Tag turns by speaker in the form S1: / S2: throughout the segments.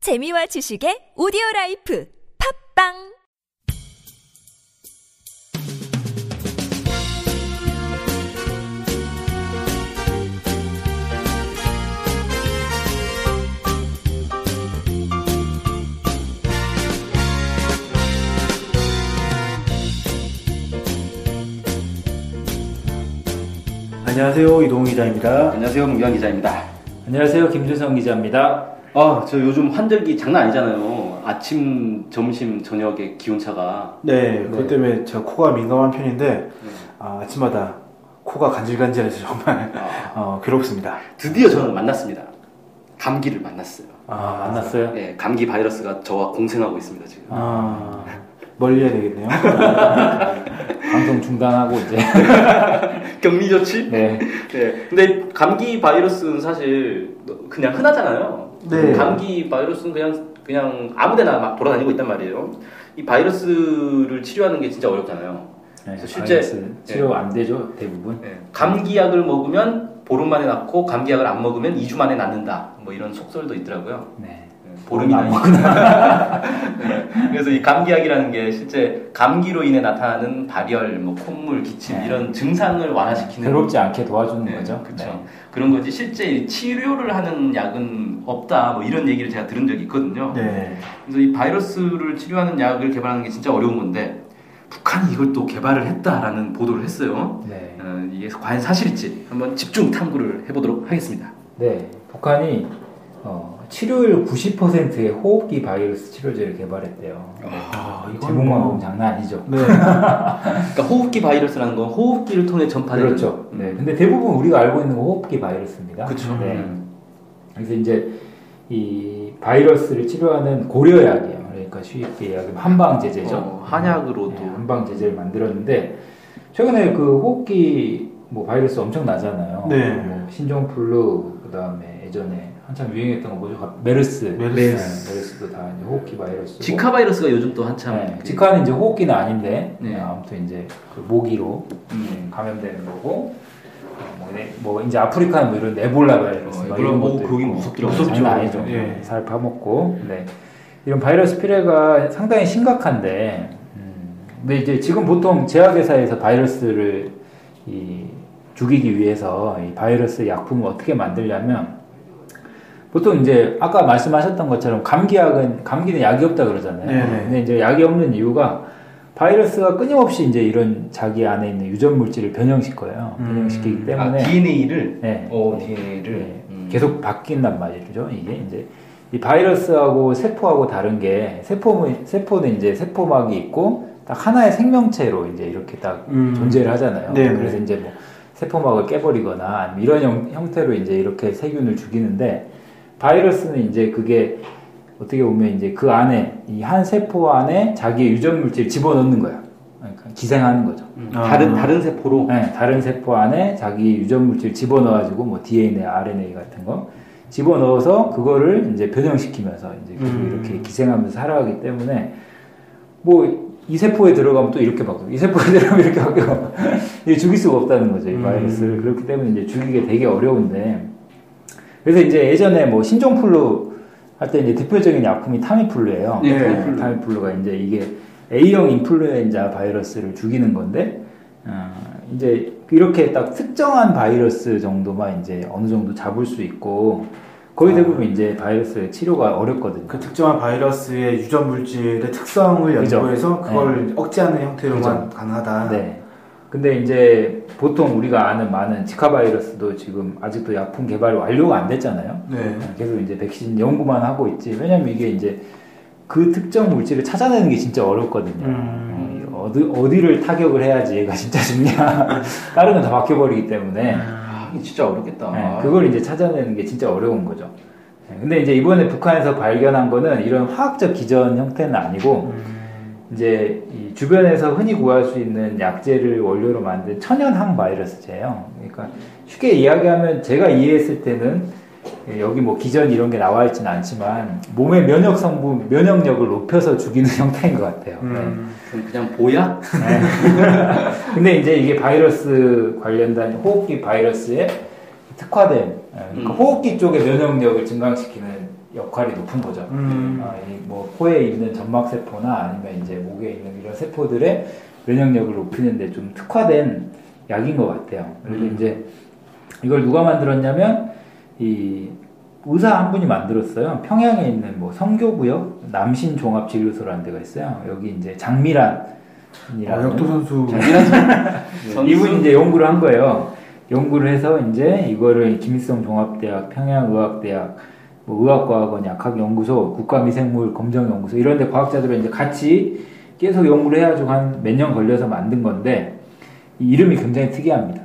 S1: 재미와 지식의 오디오 라이프 팝빵
S2: 안녕하세요 이동훈 기자입니다.
S3: 안녕하세요, 문경 기자입니다.
S4: 안녕하세요. 김준성 기자입니다.
S3: 아, 저 요즘 환절기 장난 아니잖아요. 아침, 점심, 저녁에 기온차가.
S2: 네, 그것 때문에 제가 코가 민감한 편인데 아, 침마다 코가 간질간질해서 정말
S3: 네. 아,
S2: 어, 괴롭습니다.
S3: 드디어 저는 만났습니다. 감기를 만났어요.
S4: 아, 만났어요?
S3: 네, 감기 바이러스가 저와 공생하고 있습니다, 지금.
S2: 아, 멀리해야 되겠네요.
S4: 방송 중단하고 이제.
S3: 격리 조치?
S4: 네.
S3: 네. 근데 감기 바이러스는 사실 그냥 흔하잖아요.
S2: 네.
S3: 감기 바이러스는 그냥, 그냥 아무데나 막 돌아다니고 있단 말이에요. 이 바이러스를 치료하는 게 진짜 어렵잖아요.
S4: 네,
S3: 실제-
S4: 바이러스 치료 안 되죠, 대부분.
S3: 예, 감기약을 먹으면 보름 만에 낫고 감기약을 안 먹으면 2주 만에 낫는다. 뭐 이런 속설도 있더라고요. 예,
S4: 네.
S3: 보름이나
S4: 안
S3: 2주. 그래서 이 감기약이라는 게 실제 감기로 인해 나타나는 발열, 뭐 콧물, 기침
S4: 네.
S3: 이런 증상을 완화시키는
S4: 괴롭지 않게 도와주는
S3: 네,
S4: 거죠.
S3: 그쵸.
S4: 네.
S3: 그런 거지. 실제 이 치료를 하는 약은 없다. 뭐 이런 얘기를 제가 들은 적이 있거든요.
S2: 네,
S3: 그래서 이 바이러스를 치료하는 약을 개발하는 게 진짜 어려운 건데 북한이 이걸 또 개발을 했다라는 보도를 했어요.
S4: 네.
S3: 어, 이게 과연 사실일지 한번 집중 탐구를 해보도록 하겠습니다.
S4: 네. 북한이 어, 치료율 90%의 호흡기 바이러스 치료제를 개발했대요.
S3: 어,
S2: 아, 이건
S4: 제목만
S2: 뭐-
S4: 보면 장난 아니죠.
S2: 네,
S3: 그러니까 호흡기 바이러스라는 건 호흡기를 통해 전파되는
S4: 그렇죠. 네. 근데 대부분 우리가 알고 있는 건 호흡기 바이러스입니다.
S3: 음. 그렇죠.
S4: 네. 그래서 이제 이 바이러스를 치료하는 고려약이에요. 그러니까 쉽게 얘기하면 한방제제죠.
S3: 어, 한약으로도
S4: 그렇죠. 네, 한방제제를 만들었는데 최근에 그 호흡기 뭐 바이러스 엄청 나잖아요.
S2: 네.
S4: 뭐 신종플루 그다음에 예전에 한참 유행했던 거 뭐죠? 가- 메르스.
S2: 메르스.
S4: 도다 이제 호흡기 바이러스.
S3: 지카 바이러스가 요즘 또 한참
S4: 네,
S3: 그-
S4: 지카는 이제 호흡기는 아닌데
S3: 네.
S4: 네, 아무튼 이제 그 모기로
S3: 음.
S4: 네, 감염되는 거고 어, 뭐, 네, 뭐 이제 아프리카는 뭐 이런 에볼라 바이러스
S3: 어,
S4: 막
S3: 에볼라
S4: 이런
S3: 뭐
S4: 것도
S3: 거기
S4: 있고.
S3: 무섭더라고요.
S2: 무섭죠.
S4: 장난 아니죠
S2: 예.
S4: 살 파먹고 네. 이런 바이러스 피해가 상당히 심각한데 음, 근데 이제 지금 보통 제약회사에서 바이러스를 이, 죽이기 위해서 이 바이러스 약품을 어떻게 만들냐면 보통 이제 아까 말씀하셨던 것처럼 감기약은 감기는 약이 없다 그러잖아요.
S2: 네네.
S4: 근데 이제 약이 없는 이유가 바이러스가 끊임없이 이제 이런 자기 안에 있는 유전 물질을 변형시켜요.
S2: 음.
S4: 변형시키기
S3: 아,
S4: 때문에
S3: DNA를
S4: 네.
S3: 어, DNA를 음.
S4: 네.
S2: 음.
S4: 계속 바뀐단 말이죠. 이게 이제 이 바이러스하고 세포하고 다른 게 세포는 세포는 이제 세포막이 있고 딱 하나의 생명체로 이제 이렇게 딱
S2: 음.
S4: 존재를 하잖아요.
S2: 네, 네.
S4: 그래서 이제 뭐 세포막을 깨버리거나 아니면 이런 형, 형태로 이제 이렇게 세균을 죽이는데 바이러스는 이제 그게 어떻게 보면 이제 그 안에 이 한 세포 안에 자기의 유전 물질을 집어넣는 거야. 그러니까 기생하는 거죠.
S3: 음. 다른 다른 세포로
S4: 네, 다른 세포 안에 자기 유전 물질 집어넣어가지고 뭐 DNA, RNA 같은 거 집어넣어서 그거를 이제 변형시키면서 이제 계속
S2: 음.
S4: 이렇게 기생하면서 살아가기 때문에 뭐 이 세포에 들어가면 또 이렇게 바뀌고 이 세포에 들어가면 이렇게 바뀌고 이게 죽일 수가 없다는 거죠 이
S2: 음.
S4: 바이러스를 그렇기 때문에 이제 죽이기 되게 어려운데 그래서 이제 예전에 뭐 신종플루 할 때 이제 대표적인 약품이 타미플루예요.
S3: 네,
S4: 타미플루. 타미플루가 이제 이게 A형 인플루엔자 바이러스를 죽이는 건데 어, 이제 이렇게 딱 특정한 바이러스 정도만 이제 어느 정도 잡을 수 있고 거의 대부분 이제 바이러스의 치료가 어렵거든요.
S2: 그 특정한 바이러스의 유전 물질의 특성을
S4: 그죠.
S2: 연구해서 그걸 억제하는 형태로만 가능하다.
S4: 네. 근데 이제 보통 우리가 아는 많은 지카 바이러스도 지금 아직도 약품 개발 완료가 안 됐잖아요.
S2: 네.
S4: 계속 이제 백신 연구만 하고 있지. 왜냐면 이게 이제 그 특정 물질을 찾아내는 게 진짜 어렵거든요.
S2: 음.
S4: 어, 어디, 어디를 타격을 해야지 얘가 진짜 죽냐. 다른 건 다 바뀌어버리기 때문에.
S3: 아, 이게 진짜 어렵겠다.
S4: 네, 그걸 이제 찾아내는 게 진짜 어려운 거죠. 네, 근데 이제 이번에 북한에서 발견한 거는 이런 화학적 기전 형태는 아니고,
S2: 음.
S4: 이제 이 주변에서 흔히 구할 수 있는 약재를 원료로 만든 천연항 바이러스제예요. 그러니까 쉽게 이야기하면 제가 이해했을 때는 예, 여기 뭐 기전 이런 게 나와 있지는 않지만 몸의 면역 성분, 면역력을 높여서 죽이는 형태인 것 같아요. 네.
S2: 음.
S3: 그럼 그냥 보약?
S4: 근데 이제 이게 바이러스 관련된 호흡기 바이러스에 특화된 예, 그
S3: 음.
S4: 호흡기 쪽의 면역력을 증강시키는 역할이 높은 거죠.
S2: 음.
S4: 아, 이뭐 코에 있는 점막 세포나 아니면 이제 목에 있는 이런 세포들의 면역력을 높이는데 좀 특화된 약인 것 같아요. 그래서 이제 이걸 누가 만들었냐면 이 의사 한 분이 만들었어요. 평양에 있는 뭐 성교구역 남신 종합 진료소라는 데가 있어요. 여기 이제
S2: 어,
S4: 장미란이라는
S2: 역도 선수.
S3: 선수?
S4: 네. 음. 이분이 이제 연구를 한 거예요. 연구를 해서 이제 이거를 김일성 종합대학, 평양의학대학, 뭐 의학과학원, 약학연구소, 국가미생물검정연구소 이런 데 과학자들은 이제 같이 계속 연구를 해가지고 한 몇 년 걸려서 만든 건데 이 이름이 굉장히 특이합니다.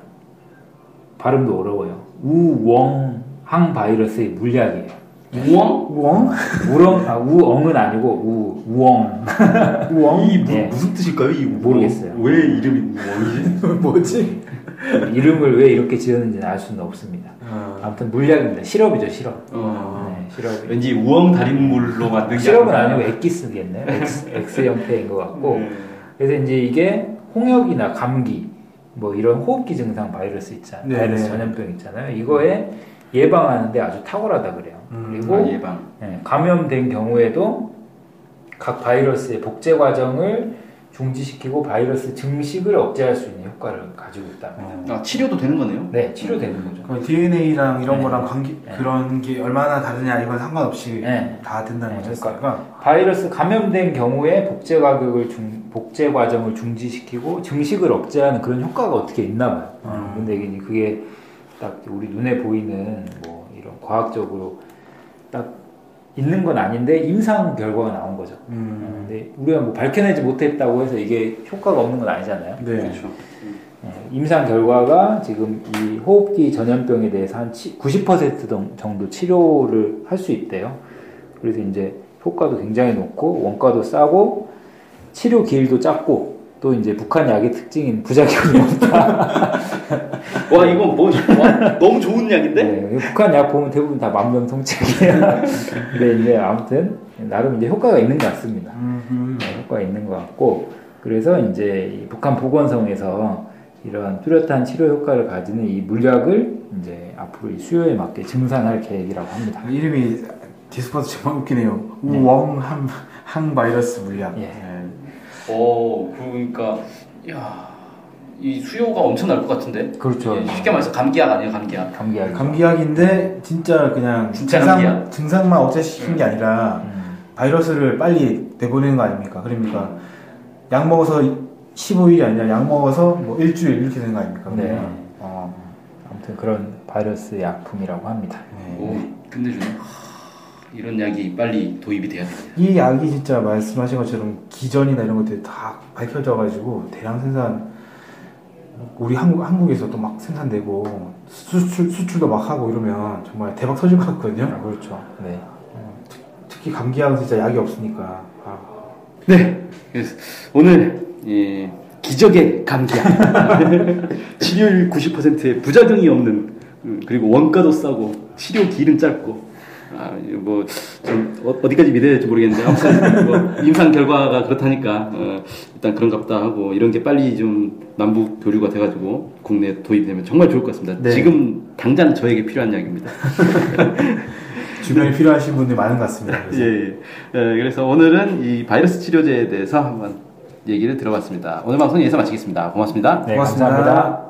S4: 발음도 어려워요. 우웡항 바이러스의 물약이에요.
S3: 우엉?
S2: 우엉?
S4: 우렁, 아, 우엉은 아니고 우, 우엉.
S2: 우엉?
S5: 이 무,
S4: 예.
S5: 무슨 뜻일까요? 이 뭐-
S4: 모르겠어요.
S5: 왜 이름이 원이지?
S2: 뭐지?
S4: 이름을 왜 이렇게 지었는지는 알 수는 없습니다. 아무튼 물약입니다. 시럽이죠, 시럽.
S3: 어.
S4: 네, 시럽이.
S3: 왠지 우엉 달인물로 만든 게
S4: 시럽은
S3: 아닌가.
S4: 아니고 액기스겠네요. X, X 형태인 것 같고.
S5: 네.
S4: 그래서 이제 이게 홍역이나 감기, 뭐 이런 호흡기 증상 바이러스 있잖아요.
S2: 네,
S4: 바이러스
S2: 네.
S4: 전염병 있잖아요. 이거에 예방하는데 아주 탁월하다 그래요.
S2: 음,
S4: 그리고
S3: 아, 예방.
S4: 예, 감염된 경우에도 각 바이러스의 복제 과정을 중지시키고 바이러스 증식을 억제할 수 있는 효과를 가지고 있답니다.
S3: 아, 치료도 되는 거네요.
S4: 네, 치료되는 거죠.
S2: 그럼 DNA랑 이런
S4: 네.
S2: 거랑 관계
S4: 네.
S2: 그런 게 얼마나 다르냐 이건 상관없이
S4: 네.
S2: 다 된다는
S4: 네,
S2: 거죠.
S4: 그러니까.
S2: 그러니까
S4: 바이러스 감염된 경우에 복제 가격을 중, 복제 과정을 중지시키고 증식을 억제하는 그런 효과가 어떻게 있나 봐요.
S2: 음.
S4: 근데 이게 그게 딱 우리 눈에 보이는 뭐 이런 과학적으로 딱 있는 건 아닌데 임상 결과가 나온 거죠.
S2: 음.
S4: 근데 우리가 뭐 밝혀내지 못했다고 해서 이게 효과가 없는 건 아니잖아요.
S2: 네.
S3: 그렇죠.
S4: 예, 임상 결과가 지금 이 호흡기 전염병에 대해서 한 90% 정도 치료를 할 수 있대요. 그래서 이제 효과도 굉장히 높고 원가도 싸고 치료 기일도 짧고 또 이제 북한 약의 특징인 부작용이 없다.
S3: 와, 이건 뭐, 와, 너무 좋은 약인데?
S4: 네, 북한 약 보면 대부분 다 만병통치약이에요. 근데 이제 아무튼 나름 이제 효과가 있는 것 같습니다.
S2: 음.
S4: 네, 효과가 있는 것 같고 그래서 이제 이 북한 보건성에서 이런 뚜렷한 치료 효과를 가지는 이 물약을 이제 앞으로 이 수요에 맞게 증산할 계획이라고 합니다.
S2: 이름이 디스폰스 정말 웃기네요. 우엉항 항 바이러스 물약.
S4: 예.
S2: 네.
S3: 어, 그러니까, 야, 이 수요가 엄청날 것 같은데?
S4: 그렇죠.
S3: 예, 쉽게 말해서 감기약 아니에요, 감기약.
S4: 감기약.
S2: 감기약인데 진짜 그냥
S3: 진짜
S2: 증상,
S3: 감기약. 음.
S2: 증상만 억제시키는 게 아니라
S4: 음,
S2: 바이러스를 빨리 내보내는 거 아닙니까? 그러니까 약 먹어서 15일이 아니라 약 먹어서 뭐 일주일 이렇게 되는 거 아닙니까?
S4: 네.
S2: 그러면? 어.
S4: 아무튼 그런 바이러스 약품이라고 합니다.
S2: 네.
S3: 오, 끝내주네. 하, 이런 약이 빨리 도입이 돼야 됩니다.
S2: 이 약이 진짜 말씀하신 것처럼 기전이나 이런 것들이 다 밝혀져가지고 대량 생산 우리 한국, 한국에서도 막 생산되고 수출, 수출도 막 하고 이러면 정말 대박 터질 것 같거든요
S4: 아, 그렇죠. 네.
S2: 특히 감기약은 진짜 약이 없으니까 아.
S3: 네. 그래서 오늘 예, 기적의 감기약. 치료율 90%에 부작용이 없는 음, 그리고 원가도 싸고 치료 길은 짧고 아, 아뭐좀 어, 디까지 믿어야 될지 모르겠는데 아무튼 뭐 임상 결과가 그렇다니까 어, 일단 그런갑다 하고 이런 게 빨리 좀 남북 교류가 돼가지고 국내 도입되면 정말 좋을 것 같습니다.
S2: 네.
S3: 지금 당장 저에게 필요한 약입니다.
S4: 네.
S2: 주변에 필요하신 분들 많은 것 같습니다 그래서.
S3: 예, 예. 예, 그래서 오늘은 이 바이러스 치료제에 대해서 한번 얘기를 들어봤습니다. 오늘 방송 여기서 마치겠습니다. 고맙습니다.
S4: 네,
S2: 고맙습니다.
S4: 감사합니다.